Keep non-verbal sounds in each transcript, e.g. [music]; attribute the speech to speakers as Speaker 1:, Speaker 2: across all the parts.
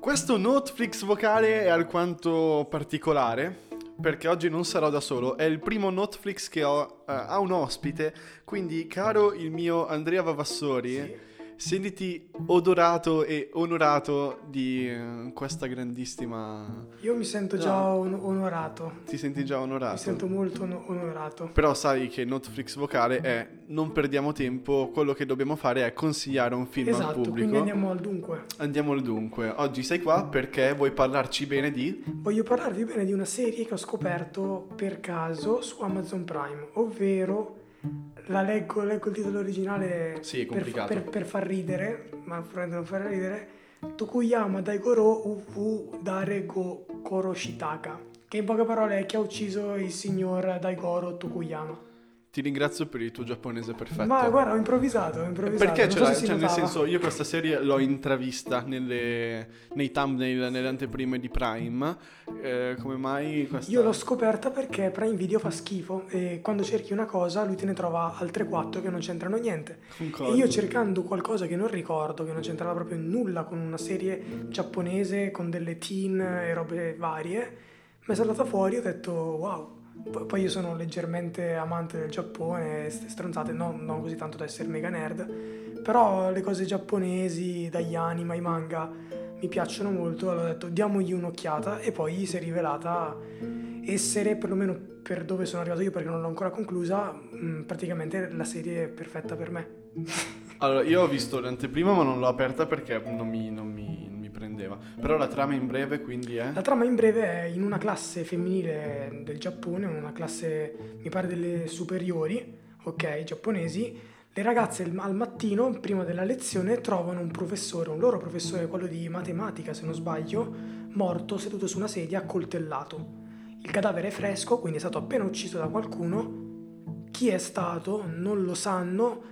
Speaker 1: Questo Netflix vocale è alquanto particolare perché oggi non sarò da solo, è il primo Netflix che ho, eh, ha un ospite, quindi caro il mio Andrea Vavassori, sentiti odorato e onorato di eh, questa grandissima...
Speaker 2: Io mi sento
Speaker 1: No. Esatto.
Speaker 2: già on- onorato.
Speaker 1: Ti senti già onorato?
Speaker 2: Mi sento molto on- onorato.
Speaker 1: Però sai che Netflix vocale è non perdiamo tempo, quello che dobbiamo fare è consigliare un film al
Speaker 2: Esatto,
Speaker 1: pubblico.
Speaker 2: quindi andiamo al dunque.
Speaker 1: Andiamo al dunque. Oggi sei qua perché vuoi parlarci bene di
Speaker 2: Voglio parlarvi bene di una serie che ho scoperto per caso su Amazon Prime, ovvero la leggo, leggo il titolo originale
Speaker 1: Sì, è
Speaker 2: per, fa-
Speaker 1: complicato.
Speaker 2: per, per far ridere, ma per non far ridere, Tokuyama Daigoro Ufu Darego Koroshitaka, che in poche parole è chi ha ucciso il signor Daigoro Tokuyama.
Speaker 1: Ti ringrazio per il tuo giapponese perfetto.
Speaker 2: Ma guarda, ho improvvisato, ho improvvisato.
Speaker 1: perché
Speaker 2: non
Speaker 1: ce
Speaker 2: so
Speaker 1: l'hai?
Speaker 2: se si
Speaker 1: Cioè, nel
Speaker 2: notava.
Speaker 1: senso, io questa serie l'ho intravista nelle, nei thumbnail, nelle anteprime di Prime. Eh, come mai questa...
Speaker 2: Io l'ho scoperta perché Prime Video fa schifo e quando cerchi una cosa lui te ne trova altre quattro che non c'entrano niente.
Speaker 1: Concordo.
Speaker 2: E io cercando qualcosa che non ricordo, che non c'entrava proprio nulla con una serie giapponese, con delle teen e robe varie, mi è saltata fuori e ho detto wow. Poi- Poi io sono leggermente amante del Giappone, ste stronzate, non, non così tanto da essere mega nerd, però le cose giapponesi, dagli anime ai manga, mi piacciono molto, allora ho detto diamogli un'occhiata e poi si è rivelata essere, perlomeno per dove sono arrivato io perché non l'ho ancora conclusa, mh, praticamente la serie perfetta per me.
Speaker 1: Allora, io ho visto l'anteprima ma non l'ho aperta perché non mi, non mi- non mi prendeva. Però la trama in breve, quindi eh. è...
Speaker 2: La trama in breve è in una classe femminile del Giappone, una classe mi pare delle superiori, ok, giapponesi, le ragazze al- al mattino, prima della lezione, trovano un professore, un loro professore, quello di matematica se non sbaglio, morto seduto su una sedia accoltellato. Il cadavere è fresco, quindi è stato appena ucciso da qualcuno. Chi è stato non lo sanno.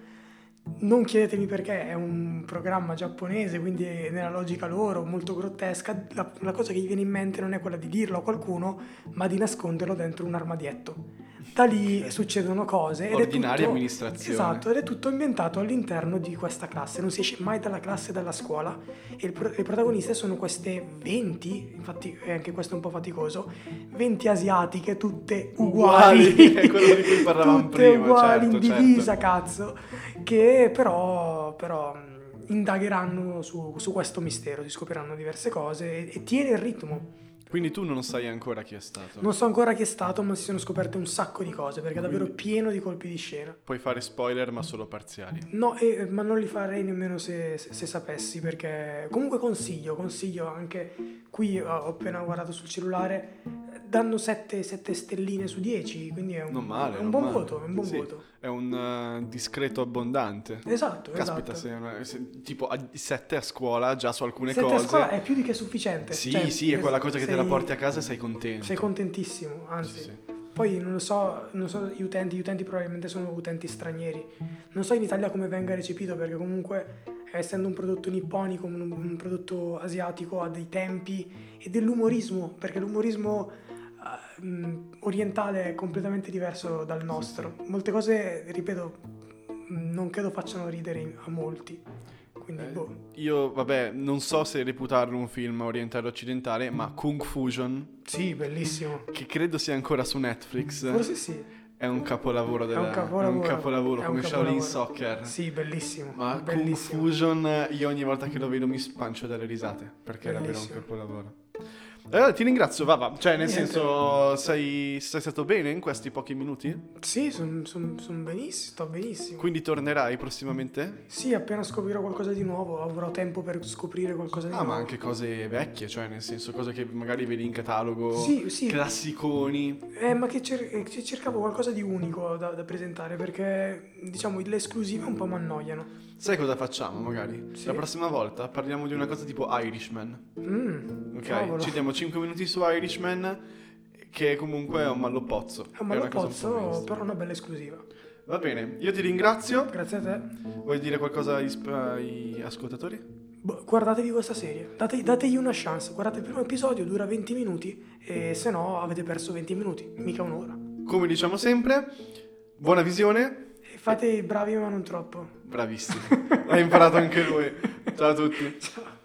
Speaker 2: Non chiedetemi perché è un programma giapponese, quindi è nella logica loro molto grottesca. La, la cosa che gli viene in mente non è quella di dirlo a qualcuno, ma di nasconderlo dentro un armadietto. Da lì succedono cose. ed è
Speaker 1: Ordinaria
Speaker 2: tutto-
Speaker 1: amministrazione.
Speaker 2: Esatto, ed è tutto ambientato all'interno di questa classe. Non si esce mai dalla classe e dalla scuola. E il pro- le protagoniste sono queste 20, infatti eh, anche questo è un po' faticoso, 20 asiatiche tutte uguali.
Speaker 1: Uguali, è quello di cui parlavamo
Speaker 2: tutte
Speaker 1: prima,
Speaker 2: uguali,
Speaker 1: certo,
Speaker 2: in divisa, cazzo. Che però, però, mh, indagheranno su, su questo mistero, si scopriranno diverse cose e, e tiene il ritmo.
Speaker 1: Quindi tu non sai ancora chi è stato.
Speaker 2: Non so ancora chi è stato, ma si sono scoperte un sacco di cose, perché è davvero pieno di colpi di scena.
Speaker 1: Puoi fare spoiler ma solo parziali.
Speaker 2: No, e- ma non li farei nemmeno se, se- se sapessi, perché comunque consiglio, consiglio anche qui eh, ho ho appena guardato sul cellulare, eh, danno 7, stelline su 10, quindi è un,
Speaker 1: Non male.
Speaker 2: è un
Speaker 1: non
Speaker 2: buon
Speaker 1: male.
Speaker 2: voto, è un buon
Speaker 1: Sì,
Speaker 2: voto.
Speaker 1: È un eh, discreto abbondante.
Speaker 2: Esatto,
Speaker 1: Caspita,
Speaker 2: esatto.
Speaker 1: se- se- tipo a- sette a scuola già su alcune
Speaker 2: Sette a
Speaker 1: cose.
Speaker 2: scuola è più di che sufficiente.
Speaker 1: Sì,
Speaker 2: cioè,
Speaker 1: sì, è quella cosa che te la
Speaker 2: sei-
Speaker 1: porti a casa e sei contento.
Speaker 2: Sei contentissimo, anzi.
Speaker 1: Sì, sì.
Speaker 2: Poi non lo so, non so gli utenti, gli utenti probabilmente sono utenti stranieri. Non so in Italia come venga recepito perché comunque eh, essendo un prodotto nipponico, un, un prodotto asiatico ha dei tempi e dell'umorismo, perché l'umorismo eh, mh, orientale è completamente diverso dal nostro. Molte cose, ripeto, mh, non credo facciano ridere in- a molti. Quindi,
Speaker 1: Eh,
Speaker 2: boh.
Speaker 1: Io, vabbè, non so se reputarlo un film orientale occidentale,
Speaker 2: Mm.
Speaker 1: ma Kung Fusion,
Speaker 2: Sì, bellissimo.
Speaker 1: che credo sia ancora su Netflix,
Speaker 2: Forse sì.
Speaker 1: è un capolavoro della...
Speaker 2: È un capolavoro.
Speaker 1: è un capolavoro,
Speaker 2: È un
Speaker 1: come Shaolin
Speaker 2: capolavoro.
Speaker 1: Soccer.
Speaker 2: Sì, bellissimo.
Speaker 1: Ma
Speaker 2: bellissimo.
Speaker 1: Kung Fusion, io ogni volta che lo vedo mi spancio dalle risate, perché
Speaker 2: Bellissimo.
Speaker 1: è davvero un capolavoro. Allora, ti ringrazio, va, va. Cioè, nel
Speaker 2: Niente.
Speaker 1: senso, sei, sei stato bene in questi pochi minuti?
Speaker 2: Sì, sono benissimo, sto benissimo.
Speaker 1: Quindi tornerai prossimamente?
Speaker 2: Sì, appena scoprirò qualcosa di nuovo, avrò tempo per scoprire qualcosa di
Speaker 1: Ah,
Speaker 2: nuovo.
Speaker 1: ma anche cose vecchie, cioè, nel senso, cose che magari vedi in catalogo,
Speaker 2: Sì, sì.
Speaker 1: classiconi.
Speaker 2: Eh, ma che cer- eh, che cercavo qualcosa di unico da, da presentare perché, diciamo, le esclusive un po' mi annoiano.
Speaker 1: Sai cosa facciamo magari?
Speaker 2: Sì.
Speaker 1: La prossima volta parliamo di una cosa tipo Irishman.
Speaker 2: Mm,
Speaker 1: Ok?
Speaker 2: cavolo.
Speaker 1: Ci diamo 5 minuti su Irishman, che comunque è un mallopozzo.
Speaker 2: Ah, ma
Speaker 1: È
Speaker 2: lo
Speaker 1: una cosa un po'
Speaker 2: pozzo,
Speaker 1: mainstream.
Speaker 2: però una bella esclusiva.
Speaker 1: Va bene, io ti ringrazio.
Speaker 2: Grazie a te.
Speaker 1: Vuoi dire qualcosa agli, sp- agli ascoltatori?
Speaker 2: Boh, guardatevi questa serie, Date- dategli una chance. Guardate il primo episodio, dura 20 minuti e se no avete perso 20 minuti, mica un'ora.
Speaker 1: Come diciamo sempre, buona visione.
Speaker 2: E fate i bravi ma non troppo. [laughs]
Speaker 1: Bravissimo. Hai imparato anche lui. Ciao a tutti.
Speaker 2: Ciao.